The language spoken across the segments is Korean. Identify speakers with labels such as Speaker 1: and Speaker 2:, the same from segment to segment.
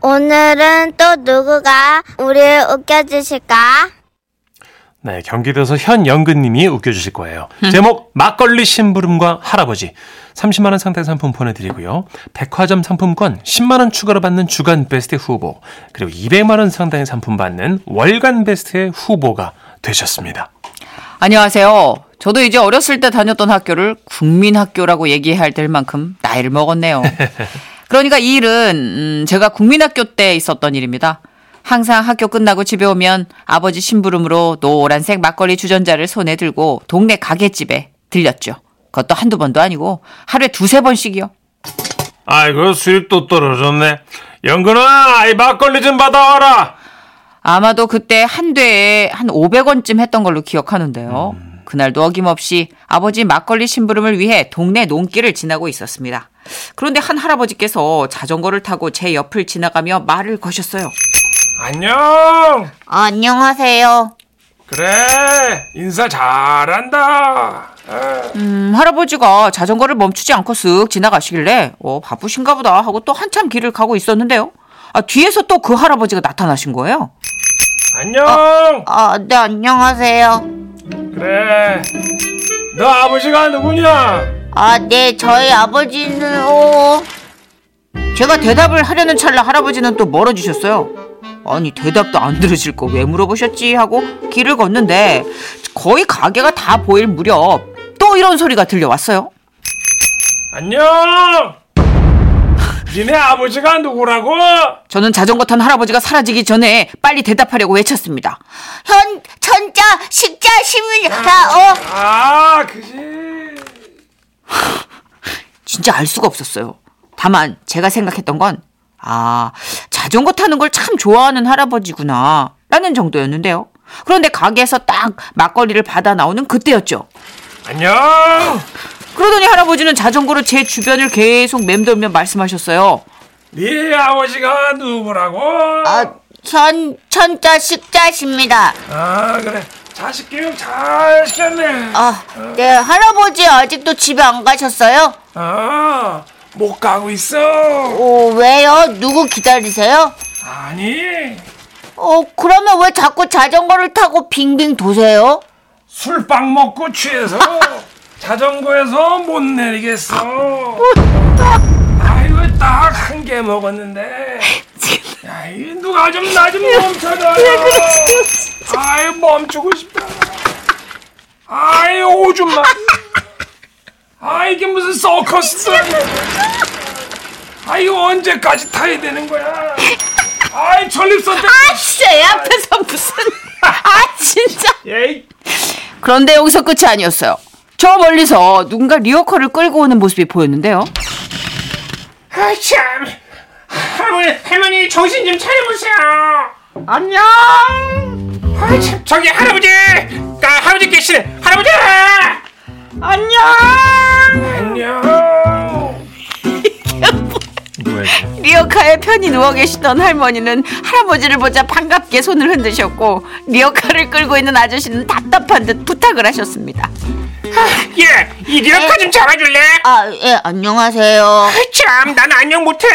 Speaker 1: 오늘은 또 누구가 우리를 웃겨주실까?
Speaker 2: 네, 경기도에서 현영근님이 웃겨주실 거예요. 제목 막걸리 심부름과 할아버지. 30만 원 상당 상품 보내드리고요. 백화점 상품권 10만 원 추가로 받는 주간 베스트 후보 그리고 200만 원 상당의 상품 받는 월간 베스트의 후보가 되셨습니다.
Speaker 3: 안녕하세요. 저도 이제 어렸을 때 다녔던 학교를 국민학교라고 얘기할 될 만큼 나이를 먹었네요. 그러니까 이 일은 음, 제가 국민학교 때 있었던 일입니다. 항상 학교 끝나고 집에 오면 아버지 심부름으로 노란색 막걸리 주전자를 손에 들고 동네 가게집에 들렸죠. 그것도 한두 번도 아니고 하루에 두세 번씩이요.
Speaker 2: 아이고 수입도 떨어졌네. 영근아, 이 막걸리 좀 받아와라.
Speaker 3: 아마도 그때 한 대에 한 500원쯤 했던 걸로 기억하는데요. 그날도 어김없이 아버지 막걸리 심부름을 위해 동네 농길을 지나고 있었습니다. 그런데 한 할아버지께서 자전거를 타고 제 옆을 지나가며 말을 거셨어요.
Speaker 2: 안녕.
Speaker 1: 안녕하세요.
Speaker 2: 그래, 인사 잘한다. 아,
Speaker 3: 음, 할아버지가 자전거를 멈추지 않고 쓱 지나가시길래 어, 바쁘신가 보다 하고 또 한참 길을 가고 있었는데요. 아, 뒤에서 또 그 할아버지가 나타나신 거예요.
Speaker 2: 안녕.
Speaker 1: 아, 네, 안녕하세요.
Speaker 2: 그래. 너 아버지가 누구냐?
Speaker 1: 아, 네, 저희 아버지는, 오.
Speaker 3: 제가 대답을 하려는 찰나 할아버지는 또 멀어지셨어요. 아니 대답도 안 들으실 거 왜 물어보셨지 하고 길을 걷는데 거의 가게가 다 보일 무렵 또 이런 소리가 들려왔어요.
Speaker 2: 안녕! 니네 아버지가 누구라고?
Speaker 3: 저는 자전거 탄 할아버지가 사라지기 전에 빨리 대답하려고 외쳤습니다.
Speaker 1: 현, 천자, 식자, 심을, 다, 어.
Speaker 2: 아, 그지.
Speaker 3: 진짜 알 수가 없었어요. 다만 제가 생각했던 건 아, 자전거 타는 걸 참 좋아하는 할아버지구나 라는 정도였는데요. 그런데 가게에서 딱 막걸리를 받아 나오는 그때였죠.
Speaker 2: 안녕!
Speaker 3: 그러더니 할아버지는 자전거로 제 주변을 계속 맴돌며 말씀하셨어요.
Speaker 2: 네 아버지가 누구라고?
Speaker 1: 아, 현, 천자, 식자십니다.
Speaker 2: 아, 그래. 자식 교육 잘 시켰네.
Speaker 1: 아, 네, 할아버지 아직도 집에 안 가셨어요?
Speaker 2: 아, 못 가고 있어.
Speaker 1: 오, 왜요? 누구 기다리세요?
Speaker 2: 아니,
Speaker 1: 어, 그러면 왜 자꾸 자전거를 타고 빙빙 도세요?
Speaker 2: 술빵 먹고 취해서 자전거에서 못 내리겠어. 아이고, 딱 한 개 먹었는데.
Speaker 3: 아,
Speaker 2: 야, 이 누가 좀 나 좀 멈춰라. 아이, 멈추고 싶다. 아이, 오줌마. 아, 이게 무슨 서커스다. 아, 이거 언제까지 타야 되는 거야? 아이, 전립선 때.
Speaker 3: 진짜 애 앞에서 무슨 아 진짜.
Speaker 2: 에이,
Speaker 3: 그런데 여기서 끝이 아니었어요. 저 멀리서 누군가 리어커를 끌고 오는 모습이 보였는데요.
Speaker 2: 아, 참. 할머니, 할머니, 정신 좀 차려보세요.
Speaker 1: 안녕!
Speaker 2: 아, 참. 저기, 할아버지! 아, 할아버지 계시네. 할아버지!
Speaker 1: 안녕!
Speaker 2: 안녕.
Speaker 1: 뭐-
Speaker 3: 리어카에 편히 누워 계시던 할머니는 할아버지를 보자 반갑게 손을 흔드셨고 리어카를 끌고 있는 아저씨는 답답한 듯 부탁을 하셨습니다.
Speaker 2: 예, 이 리어카 좀 잡아줄래? 아,
Speaker 1: 아, 예, 안녕하세요.
Speaker 2: 참, 난 안녕 못해.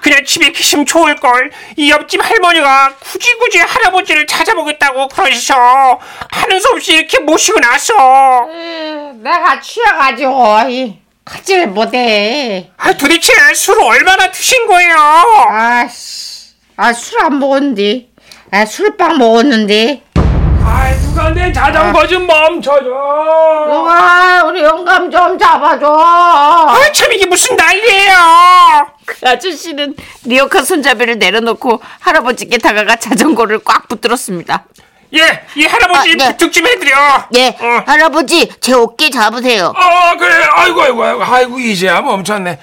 Speaker 2: 그냥 집에 계시면 좋을걸. 이 옆집 할머니가 굳이 굳이 할아버지를 찾아보겠다고 그러셔. 하는 수 없이 이렇게 모시고 나서.
Speaker 4: 음, 내가 취해가지고 이 가지를 못해.
Speaker 2: 아, 도대체 술을 얼마나 드신 거예요?
Speaker 4: 아. 아씨, 아술 안 먹었는데, 아 술빵 먹었는데.
Speaker 2: 아 누가 내 자전거 좀 멈춰줘
Speaker 4: 너가 우리 영감 좀 잡아줘.
Speaker 2: 아참 이게 무슨 난리예요
Speaker 3: 그 아저씨는 리어카 손잡이를 내려놓고 할아버지께 다가가 자전거를 꽉 붙들었습니다.
Speaker 2: 예 이 할아버지
Speaker 1: 아, 네.
Speaker 2: 부탁 좀 해드려
Speaker 1: 예,
Speaker 2: 어,
Speaker 1: 할아버지, 제 어깨 잡으세요.
Speaker 2: 아, 그래 아이고 아이고 아이고 아이고 이제야 멈췄네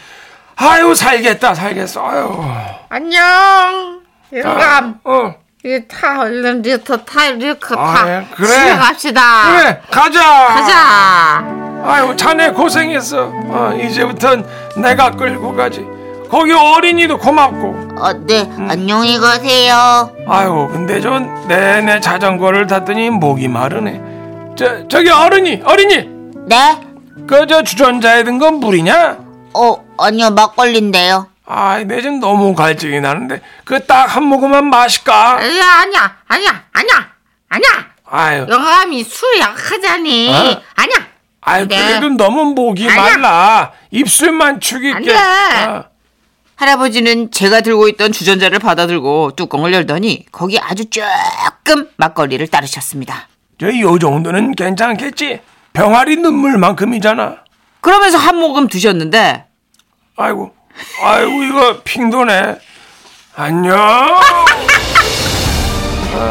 Speaker 2: 아유 살겠다 살겠어 아유
Speaker 4: 안녕, 영감.
Speaker 2: 어
Speaker 4: 이타 얼른 리터 타 리터
Speaker 2: 아,
Speaker 4: 타.
Speaker 2: 예, 그래.
Speaker 4: 집에 갑시다.
Speaker 2: 그래 가자
Speaker 4: 가자.
Speaker 2: 아유 자네 고생했어 어, 이제부턴 내가 끌고 가지 거기 어린이도 고맙고
Speaker 1: 어, 네, 안녕히 가세요.
Speaker 2: 아유 근데 전 내내 자전거를 탔더니 목이 마르네 저 저기 어른이 어른이
Speaker 1: 네?
Speaker 2: 그 저 주전자에 든 건 물이냐?
Speaker 1: 어, 아니요, 막걸리인데요.
Speaker 2: 아이, 내 지금 너무 갈증이 나는데, 그 딱 한 모금만 마실까?
Speaker 4: 에이, 아니야, 아니야, 아니야, 아니야.
Speaker 2: 아유,
Speaker 4: 영감이 술 약하자니.
Speaker 2: 어?
Speaker 4: 아니야.
Speaker 2: 아유,
Speaker 4: 네.
Speaker 2: 그래도 너무 목이
Speaker 4: 아니야.
Speaker 2: 말라. 입술만 축이게.
Speaker 4: 안 돼.
Speaker 2: 어.
Speaker 3: 할아버지는 제가 들고 있던 주전자를 받아들고 뚜껑을 열더니 거기 아주 조금 막걸리를 따르셨습니다.
Speaker 2: 저이 정도는 괜찮겠지? 병아리 눈물만큼이잖아.
Speaker 3: 그러면서 한 모금 드셨는데
Speaker 2: 아이고, 아이고, 이거 핑도네. 안녕.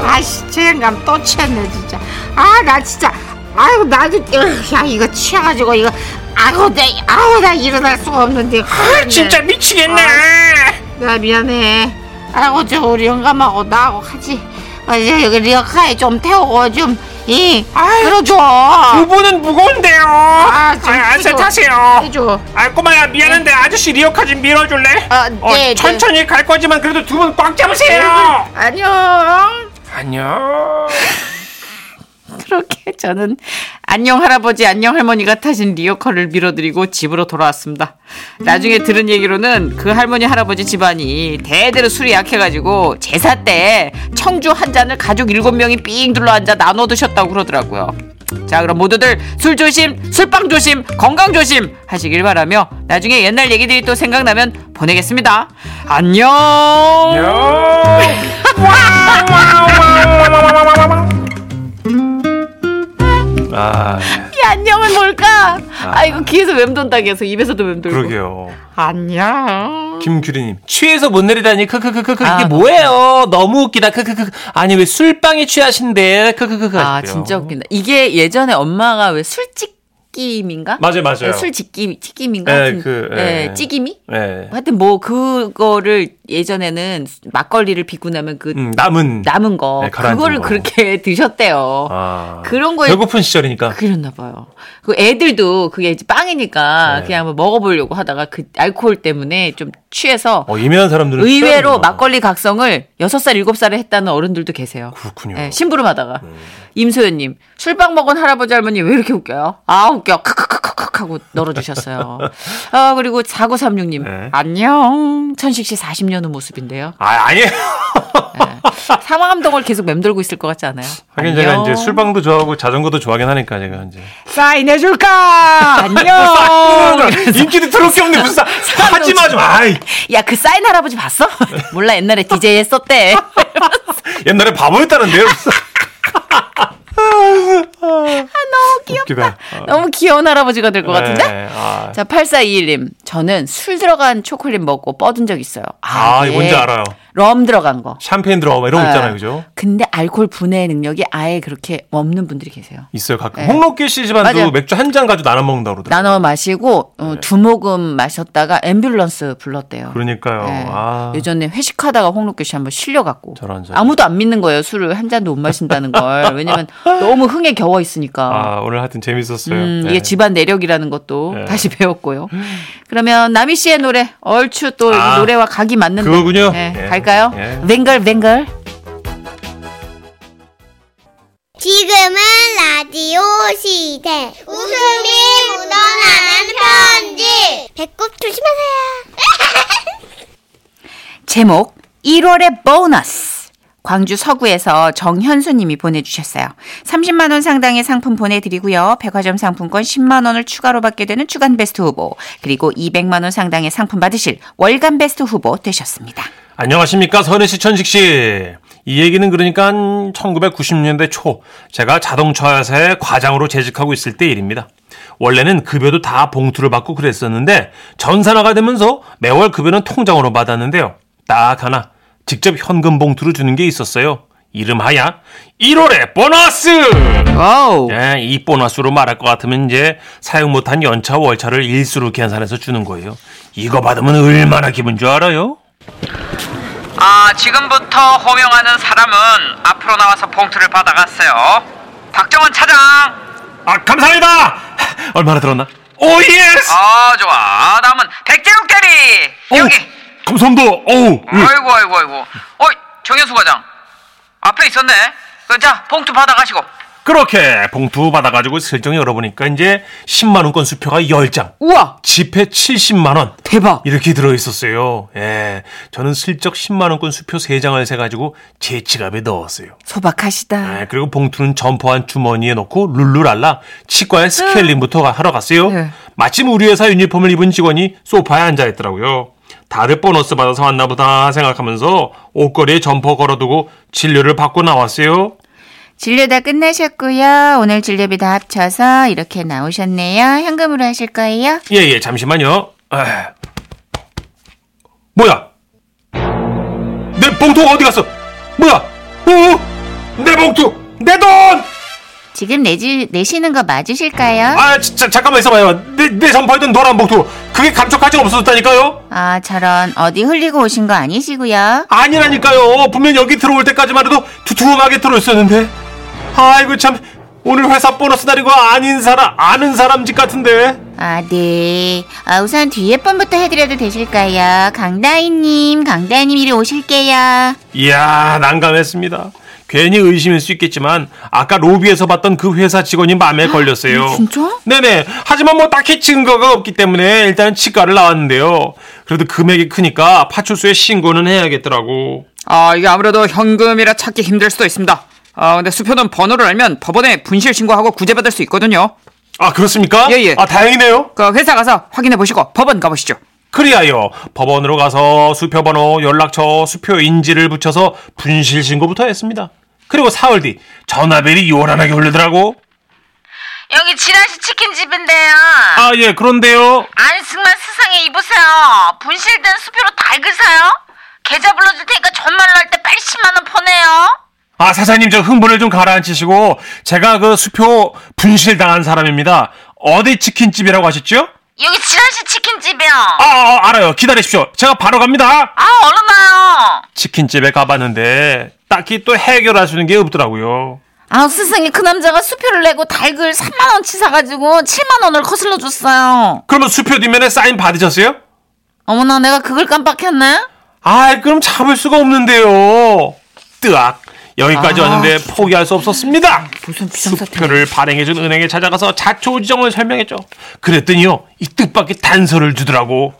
Speaker 4: 아씨, 저 영감 또 취했네, 진짜. 아, 나 진짜. 아이고, 나도. 으, 야, 이거 취해가지고, 이거. 아이고, 내, 아우, 나 일어날 수가 없는데. 아,
Speaker 2: 진짜 미치겠네.
Speaker 4: 나 미안해. 아이고, 저 우리 영감하고 나하고 같이. 어, 이제 여기 리어카에 좀 태우고 좀, 이,
Speaker 2: 아이,
Speaker 4: 그러줘.
Speaker 2: 부부는 무거운데요. 아,
Speaker 4: 좀
Speaker 2: 아, 안세
Speaker 4: 해줘.
Speaker 2: 타세요.
Speaker 4: 해줘.
Speaker 1: 어,
Speaker 2: 아, 꼬마야, 미안한데 아저씨 리어카 좀 밀어줄래?
Speaker 4: 아, 네, 네.
Speaker 2: 천천히 갈 거지만 그래도 두 분 꽉 잡으세요.
Speaker 4: 안녕.
Speaker 2: 안녕.
Speaker 3: 그렇게 저는 안녕 할아버지 안녕 할머니가 타신 리어카를 밀어드리고 집으로 돌아왔습니다. 나중에 들은 얘기로는 그 할머니 할아버지 집안이 대대로 술이 약해가지고 제사 때 청주 한 잔을 가족 일곱 명이 삥 둘러 앉아 나눠 드셨다고 그러더라고요. 자 그럼 모두들 술 조심, 술빵 조심, 건강 조심 하시길 바라며 나중에 옛날 얘기들이 또 생각나면 보내겠습니다. 안녕.
Speaker 2: 안녕. 와와와와와와와와. 아,
Speaker 3: 이 안녕은 뭘까? 아이고 귀에서 맴돈다게 해서 입에서도 맴돌고.
Speaker 2: 그러게요.
Speaker 4: 안녕.
Speaker 2: 김규리님.
Speaker 5: 취해서 못 내리다니 크크크크크 이게
Speaker 3: 아,
Speaker 5: 뭐예요? 너무 웃기다 크크크 아니 왜 술빵에 취하신데 크크크크
Speaker 3: 아 진짜 웃긴다. 이게 예전에 엄마가 왜 술찌김인가? 네,
Speaker 5: 맞아요 맞아요.
Speaker 3: 술찌김 찌김인가?
Speaker 5: 예,
Speaker 3: 하여튼,
Speaker 5: 그, 예.
Speaker 3: 예, 찌김이?
Speaker 5: 예.
Speaker 3: 하여튼 뭐 그거를 예전에는 막걸리를 비고 나면 그
Speaker 5: 음, 남은
Speaker 3: 남은 거
Speaker 5: 네, 가라앉은
Speaker 3: 그거를
Speaker 5: 거.
Speaker 3: 그렇게 드셨대요.
Speaker 5: 아,
Speaker 3: 그런 거에
Speaker 5: 배고픈 시절이니까
Speaker 3: 그랬나 봐요. 그 애들도 그게 이제 빵이니까
Speaker 5: 네.
Speaker 3: 그냥 한번 먹어보려고 하다가 그 알코올 때문에 좀 취해서
Speaker 5: 어, 예민한 사람들은
Speaker 3: 의외로
Speaker 5: 취하는구나.
Speaker 3: 막걸리 각성을 6살, 7살에 했다는 어른들도 계세요.
Speaker 5: 그렇군요. 네.
Speaker 3: 예, 심부름하다가. 임소연님, 술빵 먹은 할아버지 할머니 왜 이렇게 웃겨요? 아, 웃겨. 크크크크크 하고 널어주셨어요. 아, 그리고 4936님,
Speaker 5: 네.
Speaker 3: 안녕. 천식 씨 40년 후 모습인데요.
Speaker 5: 아 아니에요.
Speaker 3: 네. 사망암동을 계속 맴돌고 있을 것 같지 않아요?
Speaker 5: 하긴 제가
Speaker 3: 안녕.
Speaker 5: 이제 술빵도 좋아하고 자전거도 좋아하긴 하니까 제가 이제
Speaker 3: 사인해줄까? 안녕.
Speaker 5: 인기도 더럽게 없네 무슨 사- 하지 마좀 아이
Speaker 3: 야, 그 사인 할아버지 봤어? 몰라, 옛날에 DJ 했었대.
Speaker 5: 옛날에 바보였다는데요. 아
Speaker 3: 아,
Speaker 5: 너무 귀엽다. 어.
Speaker 3: 너무 귀여운 할아버지가 될 것뭐 같은데?
Speaker 5: 아,
Speaker 3: 자, 8421님. 저는 술 들어간 초콜릿 먹고 뻗은 적 있어요.
Speaker 5: 아, 이거 뭔지 알아요.
Speaker 3: 럼 들어간 거.
Speaker 5: 샴페인 들어가 이런 거 있잖아요,
Speaker 3: 네.
Speaker 5: 그죠?
Speaker 3: 근데 알코올 분해 능력이 아예 그렇게 없는 분들이 계세요.
Speaker 5: 있어요 가끔.
Speaker 3: 네.
Speaker 5: 홍록기 씨 집안도
Speaker 3: 맞아요.
Speaker 5: 맥주 한 잔 가지고 나눠 먹는다 고 그러더라고요. 네.
Speaker 3: 나눠 마시고 어, 두 모금 마셨다가 앰뷸런스 불렀대요.
Speaker 5: 그러니까요.
Speaker 3: 예.
Speaker 5: 아.
Speaker 3: 예전에 회식하다가 홍록규 씨 한번 실려갖고
Speaker 5: 저런, 저런.
Speaker 3: 아무도 안 믿는 거예요. 술을 한 잔도 못 마신다는 걸. 왜냐면 너무 흥에 겨워 있으니까.
Speaker 5: 아, 오늘 하여튼 재밌었어요.
Speaker 3: 음,
Speaker 5: 네.
Speaker 3: 이게 집안 내력이라는 것도
Speaker 5: 네.
Speaker 3: 다시 배웠고요. 그러면 남희 씨의 노래 얼추 또 이
Speaker 5: 아,
Speaker 3: 노래와 각이 맞는데
Speaker 5: 그거군요.
Speaker 3: 네,
Speaker 5: 예.
Speaker 3: 갈까요?
Speaker 5: 예.
Speaker 3: 뱅글 뱅글.
Speaker 6: 지금은 라디오 시대. 웃음이 묻어나는 편지. 배꼽 조심하세요.
Speaker 3: 제목 1월의 보너스. 광주 서구에서 정현수 님이 보내주셨어요. 30만 원 상당의 상품 보내드리고요. 백화점 상품권 10만 원을 추가로 받게 되는 주간 베스트 후보 그리고 200만 원 상당의 상품 받으실 월간 베스트 후보 되셨습니다.
Speaker 5: 안녕하십니까 선혜 씨, 천식 씨. 이 얘기는 그러니까 1990년대 초 제가 자동차 회사의 과장으로 재직하고 있을 때 일입니다. 원래는 급여도 다 봉투를 받고 그랬었는데 전산화가 되면서 매월 급여는 통장으로 받았는데요. 딱 하나 직접 현금 봉투를 주는 게 있었어요. 이름하야 1월의 보너스!
Speaker 3: 와우.
Speaker 5: 예, 이 보너스로 말할 것 같으면 이제 사용 못한 연차 월차를 일수로 계산해서 주는 거예요. 이거 받으면 얼마나 기분 줄 알아요?
Speaker 7: 아, 지금부터 호명하는 사람은 앞으로 나와서 봉투를 받아갔어요. 박정원 차장!
Speaker 5: 아 감사합니다. 얼마나 들었나? 오 예스.
Speaker 7: 아, 좋아. 다음은 백재욱 대리! 여기!
Speaker 5: 감사합니다. 오. 예.
Speaker 7: 아이고, 아이고, 아이고. 어이, 정현수 과장. 앞에 있었네. 그, 자, 봉투 받아가시고.
Speaker 5: 그렇게 봉투 받아가지고 슬쩍 열어보니까 이제 10만원권 수표가 10장,
Speaker 3: 우와
Speaker 5: 지폐 70만원.
Speaker 3: 대박.
Speaker 5: 이렇게 들어있었어요. 예. 저는 슬쩍 10만원권 수표 3장을 세가지고 제 지갑에 넣었어요.
Speaker 3: 소박하시다.
Speaker 5: 예, 그리고 봉투는 점퍼한 주머니에 넣고 룰루랄라 치과에 스케일링부터 가- 하러 갔어요.
Speaker 3: 네.
Speaker 5: 마침 우리 회사 유니폼을 입은 직원이 소파에 앉아있더라고요. 다들 보너스 받아서 왔나 보다 생각하면서 옷걸이에 점퍼 걸어두고 진료를 받고 나왔어요.
Speaker 3: 진료 다 끝내셨고요. 오늘 진료비 다 합쳐서 이렇게 나오셨네요. 현금으로 하실 거예요?
Speaker 5: 예, 예, 잠시만요. 아. 뭐야? 내 봉투가 어디 갔어? 뭐야? 어? 내 봉투! 내 돈!
Speaker 3: 지금 내지, 내시는 거 맞으실까요?
Speaker 5: 아, 진짜, 잠깐만 있어봐요. 내, 내 점퍼했던 노란 봉투. 그게 감쪽같이 없어졌다니까요?
Speaker 3: 아, 저런, 어디 흘리고 오신 거 아니시고요?
Speaker 5: 아니라니까요. 분명 여기 들어올 때까지만 해도 두툼하게 들어있었는데. 아이고, 참. 오늘 회사 보너스 날이고 아닌 사람, 아는 사람 집 같은데.
Speaker 3: 아, 네. 아, 우선 뒤에 번부터 해드려도 되실까요? 강다희님, 강다희님 이리 오실게요.
Speaker 5: 이야 난감했습니다. 괜히 의심일 수 있겠지만 아까 로비에서 봤던 그 회사 직원이 마음에 걸렸어요.
Speaker 3: 진짜?
Speaker 5: 네네. 하지만 뭐 딱히 증거가 없기 때문에 일단 치과를 나왔는데요. 그래도 금액이 크니까 파출소에 신고는 해야겠더라고.
Speaker 7: 아 이게 아무래도 현금이라 찾기 힘들 수도 있습니다. 아 근데 수표는 번호를 알면 법원에 분실 신고하고 구제받을 수 있거든요.
Speaker 5: 아 그렇습니까?
Speaker 7: 예, 예.
Speaker 5: 아 다행이네요.
Speaker 7: 그 회사 가서 확인해 보시고 법원 가보시죠.
Speaker 5: 그리하여 법원으로 가서 수표번호, 연락처, 수표 인지를 붙여서 분실 신고부터 했습니다. 그리고 사흘 뒤 전화벨이 요란하게 울리더라고.
Speaker 3: 여기 지라시 치킨집인데요.
Speaker 5: 아 예 그런데요.
Speaker 3: 아니, 정말 세상에 입으세요. 분실된 수표로 다 읽으세요. 계좌 불러줄 테니까 전말로 할 때 빨리 10만원 보내요.
Speaker 5: 아, 사장님, 저 흥분을 좀 가라앉히시고, 제가 그 수표 분실당한 사람입니다. 어디 치킨집이라고 하셨죠?
Speaker 3: 여기 지라시 치킨집이요.
Speaker 5: 아, 아, 알아요. 기다리십시오. 제가 바로 갑니다!
Speaker 3: 아, 얼른 와요.
Speaker 5: 치킨집에 가봤는데, 딱히 또 해결할 수 있는 게 없더라고요.
Speaker 1: 아 세상에 그 남자가 수표를 내고 닭을 3만 원치 사가지고 7만 원을 거슬러 줬어요.
Speaker 5: 그러면 수표 뒷면에 사인 받으셨어요?
Speaker 1: 어머나 내가 그걸 깜빡했네.
Speaker 5: 아, 그럼 잡을 수가 없는데요. 뜨악. 여기까지 왔는데 포기할 수 없었습니다.
Speaker 1: 무슨 비상사태.
Speaker 5: 수표를 발행해준 은행에 찾아가서 자초지정을 설명했죠. 그랬더니요, 이 뜻밖의 단서를 주더라고.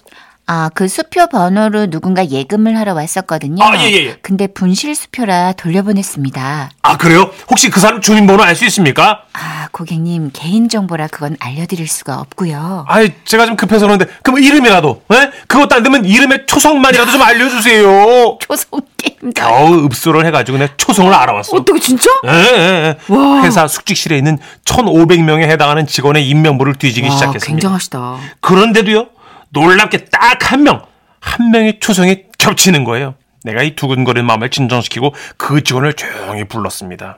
Speaker 3: 아, 그 수표 번호로 누군가 예금을 하러 왔었거든요.
Speaker 5: 아, 예, 예, 예.
Speaker 3: 근데 분실 수표라 돌려보냈습니다.
Speaker 5: 아 그래요? 혹시 그 사람 주민번호 알 수 있습니까?
Speaker 3: 아, 고객님 개인정보라 그건 알려드릴 수가 없고요.
Speaker 5: 아이 제가 좀 급해서 그러는데 그럼 이름이라도 예? 그것도 안 되면 이름의 초성만이라도 좀 알려주세요
Speaker 1: 조성 게임.
Speaker 5: 겨우 읍소를 해가지고 내 초성을 알아왔어
Speaker 1: 어떻게 진짜?
Speaker 5: 예, 예, 예. 회사 숙직실에 있는 1500명에 해당하는 직원의 임명부를 뒤지기
Speaker 3: 아,
Speaker 5: 시작했습니다
Speaker 1: 굉장하시다.
Speaker 5: 그런데도요 놀랍게 딱 한 명 한 명의 초성이 겹치는 거예요 내가 이 두근거리는 마음을 진정시키고 그 직원을 조용히 불렀습니다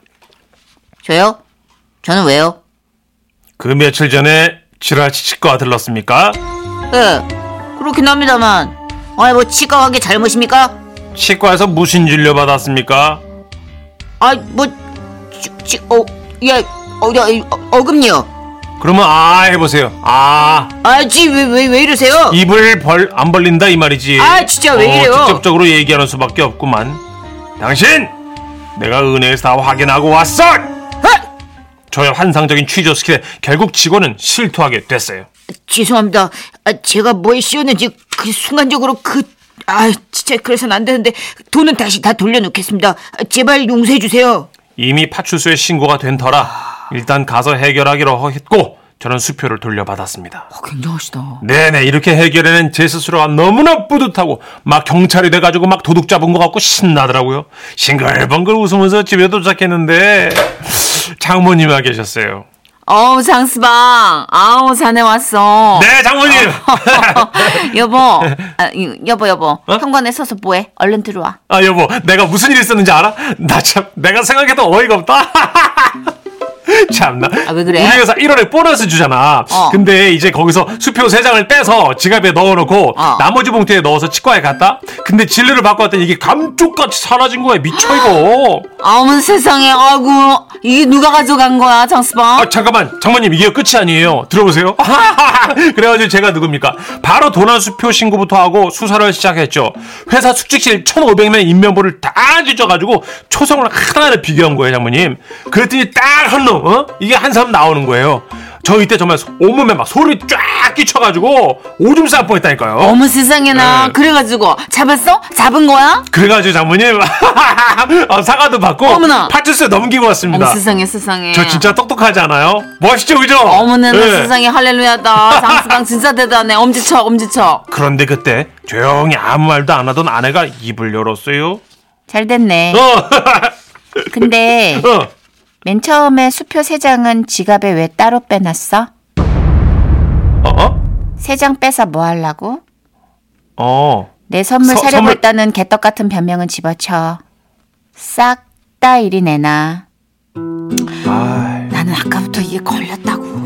Speaker 1: 저요? 저는 왜요?
Speaker 5: 그 며칠 전에 지라치 치과 들렀습니까?
Speaker 1: 예. 그렇긴 합니다만. 아니 뭐 치과 간 게 잘못입니까?
Speaker 5: 치과에서 무슨 진료 받았습니까?
Speaker 1: 아뭐 치, 어, 야, 어, 야, 어, 어금니요.
Speaker 5: 그러면 아 해보세요. 아
Speaker 1: 아, 지, 왜, 왜, 왜 이러세요?
Speaker 5: 입을 벌 안 벌린다 이 말이지.
Speaker 1: 아, 진짜 왜
Speaker 5: 어,
Speaker 1: 이래요?
Speaker 5: 직접적으로 얘기하는 수밖에 없구만. 당신 내가 은행에서 다 확인하고 왔어. 저의 환상적인 취조 스킬에 결국 직원은 실토하게 됐어요.
Speaker 1: 죄송합니다. 아, 제가 뭐에 씌웠는지 그 순간적으로 그, 아, 진짜 그래서는 안 되는데 돈은 다시 다 돌려놓겠습니다. 아, 제발 용서해 주세요.
Speaker 5: 이미 파출소에 신고가 된 터라 일단 가서 해결하기로 했고 저는 수표를 돌려받았습니다.
Speaker 1: 굉장하시다.
Speaker 5: 네네 이렇게 해결해낸 제 스스로가 너무나 뿌듯하고 막 경찰이 돼가지고 막 도둑 잡은 것 같고 신나더라고요 싱글벙글 웃으면서 집에 도착했는데 장모님이 계셨어요
Speaker 1: 어우, 장수방. 아우, 자네 왔어.
Speaker 5: 네 장모님
Speaker 1: 여보, 아, 이- 여보, 여보.
Speaker 5: 어?
Speaker 1: 현관에 서서 뭐해? 얼른 들어와.
Speaker 5: 아 여보 내가 무슨 일 있었는지 알아? 나 참 내가 생각해도 어이가 없다 참나
Speaker 1: 아, 왜 그래?
Speaker 5: 우리 회사 1월에 보너스 주잖아
Speaker 1: 어.
Speaker 5: 근데 이제 거기서 수표 3장을 빼서 지갑에 넣어놓고
Speaker 1: 어.
Speaker 5: 나머지 봉투에 넣어서 치과에 갔다 근데 진료를 받고 왔더니 이게 감쪽같이 사라진 거야 미쳐 이거
Speaker 1: 어머, 세상에. 아이고, 이게 누가 가져간 거야, 장수방?
Speaker 5: 아 잠깐만 장모님 이게 끝이 아니에요 들어보세요 그래가지고 제가 누굽니까 바로 도난 수표 신고부터 하고 수사를 시작했죠 회사 숙직실 1500명 인명부를 다 뒤져가지고 초성을 하나를 비교한 거예요 장모님 그랬더니 딱 한 놈 형, 어? 이게 한 사람 나오는 거예요. 저 이때 정말 소- 온몸에 막 소리 쫙 끼쳐가지고 오줌 쌀 뻔했다니까요.
Speaker 3: 어머 세상에나
Speaker 5: 네.
Speaker 3: 그래가지고 잡았어? 잡은 거야?
Speaker 5: 그래가지고 장모님 어, 사과도 받고
Speaker 3: 어머나.
Speaker 5: 파출소 에 넘기고 왔습니다.
Speaker 3: 어머 세상에 세상에
Speaker 5: 저 진짜 똑똑하지 않아요? 멋있죠, 그죠?
Speaker 3: 어머나 나
Speaker 5: 예.
Speaker 3: 세상에 할렐루야다 장수강 진짜 대단해 엄지척 엄지척
Speaker 5: 그런데 그때 조용히 아무 말도 안 하던 아내가 입을 열었어요.
Speaker 3: 잘 됐네
Speaker 5: 어,
Speaker 3: 근데
Speaker 5: 어.
Speaker 3: 맨 처음에 수표 세장은 지갑에 왜 따로 빼놨어?
Speaker 5: 어?
Speaker 3: 세 장 빼서 뭐 하려고?
Speaker 5: 어.
Speaker 3: 내 선물
Speaker 5: 서-
Speaker 3: 사려고
Speaker 5: 선물-
Speaker 3: 했다는 개떡 같은 변명은 집어쳐. 싹 다 이리 내놔.
Speaker 1: 나는 아까부터 이게 걸렸다고.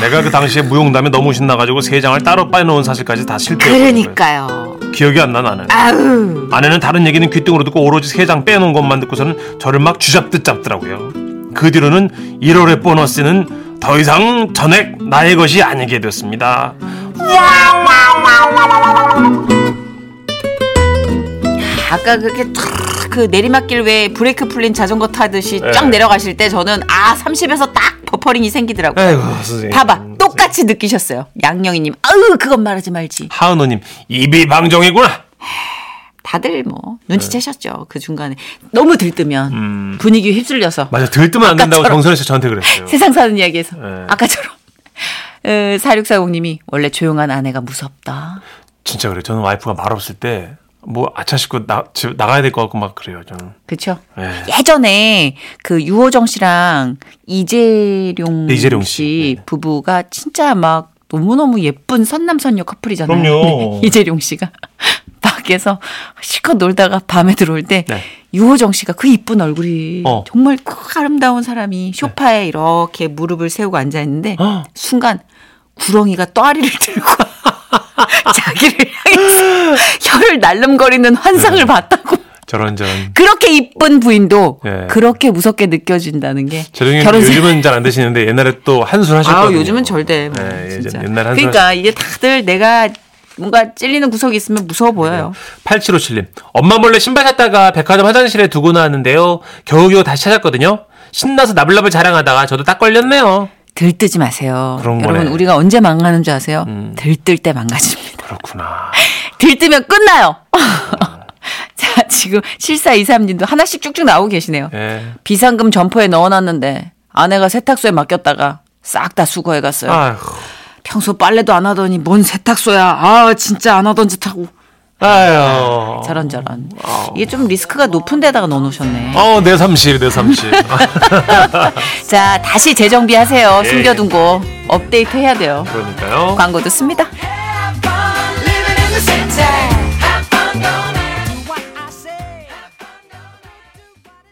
Speaker 5: 내가 그 당시에 무용담에 너무 신나가지고 세 장을 따로 빼놓은 사실까지 다 실패했어요.
Speaker 3: 예.
Speaker 1: 그러니까요.
Speaker 5: 기억이 안 나 나는.
Speaker 1: 아우.
Speaker 5: 아내는 다른 얘기는 귀등으로 듣고 오로지 세 장 빼놓은 것만 듣고서는 저를 막 쥐잡듯 잡더라고요. 그 뒤로는 1월의 보너스는 더 이상 전액 나의 것이 아니게 됐습니다.
Speaker 3: 아까 그렇게 탁그 내리막길 왜 브레이크 풀린 자전거 타듯이 쫙
Speaker 5: 네.
Speaker 3: 내려가실 때 저는 아 30에서 딱 버퍼링이 생기더라고요.
Speaker 5: 아이고 선생님.
Speaker 3: 봐봐 똑같이
Speaker 5: 네.
Speaker 3: 느끼셨어요. 양영희님 아우 그건 말하지 말지.
Speaker 5: 하은호님 입이 방정이구나.
Speaker 3: 다들 뭐 눈치채셨죠 그 중간에 너무 들뜨면 분위기 휩쓸려서
Speaker 5: 음. 맞아 들뜨면 안 된다고
Speaker 3: 아까처럼.
Speaker 5: 정선혜 씨 저한테 그랬어요.
Speaker 3: 세상 사는 이야기에서
Speaker 5: 네.
Speaker 3: 아까처럼 4640님이 원래 조용한 아내가 무섭다.
Speaker 5: 진짜 그래. 요 저는 와이프가 말 없을 때 뭐 아차 싶고 나, 집 나가야 될 것 같고 막 그래요. 저는.
Speaker 3: 그렇죠?
Speaker 5: 네.
Speaker 3: 예전에 그 유호정 씨랑 이재룡,
Speaker 5: 네, 이재룡 씨.
Speaker 3: 씨
Speaker 5: 네.
Speaker 3: 부부가 진짜 막 너무너무 예쁜 선남선녀 커플이잖아요.
Speaker 5: 그럼요.
Speaker 3: 이재룡 씨가 밖에서 실컷 놀다가 밤에 들어올 때
Speaker 5: 네.
Speaker 3: 유호정 씨가 그 이쁜 얼굴이
Speaker 5: 어. 네.
Speaker 3: 정말 그 아름다운 사람이 소파에 이렇게 무릎을 세우고 앉아 있는데
Speaker 5: 헉.
Speaker 3: 순간 구렁이가 떠아리를 들고 자기를 향해서 혀를 날름거리는
Speaker 5: 네.
Speaker 3: 환상을 봤다고
Speaker 5: 저런 저런.
Speaker 3: 그렇게 이쁜 부인도
Speaker 5: 예.
Speaker 3: 그렇게 무섭게 느껴진다는 게
Speaker 5: 재정님
Speaker 3: 결혼 생-
Speaker 5: 요즘은 잘 안 되시는데 옛날에 또 한술 하셨거든요.
Speaker 3: 아우 요즘은 절대 뭐,
Speaker 5: 네, 예전-
Speaker 3: 진짜.
Speaker 5: 옛날 한술
Speaker 3: 그러니까 이게 다들 내가 뭔가 찔리는 구석이 있으면 무서워 보여요.
Speaker 5: 8757님. 엄마 몰래 신발 샀다가 백화점 화장실에 두고 나왔는데요. 겨우겨우 다시 찾았거든요. 신나서 나불나불 자랑하다가 저도 딱 걸렸네요.
Speaker 3: 들뜨지 마세요.
Speaker 5: 그런
Speaker 3: 여러분
Speaker 5: 거네. 음.
Speaker 3: 우리가 언제 망가는 줄 아세요? 들뜰 때 망가집니다.
Speaker 5: 그렇구나.
Speaker 3: 들뜨면 끝나요. 자 지금 7423님도 하나씩 쭉쭉 나오고 계시네요.
Speaker 5: 예.
Speaker 3: 비상금 점포에 넣어놨는데 아내가 세탁소에 맡겼다가 싹 다 수거해갔어요.
Speaker 5: 아휴.
Speaker 3: 평소 빨래도 안 하더니 뭔 세탁소야. 아 진짜 안 하던 짓 하고.
Speaker 5: 아유.
Speaker 3: 저런 저런. 이게 좀 리스크가 높은 데다가 넣어놓으셨네.
Speaker 5: 어, 내 삼실, 내 삼실. 아,
Speaker 3: 자 다시 재정비하세요.
Speaker 5: 예.
Speaker 3: 숨겨둔 거 업데이트 해야 돼요.
Speaker 5: 그러니까요.
Speaker 3: 광고 듣습니다.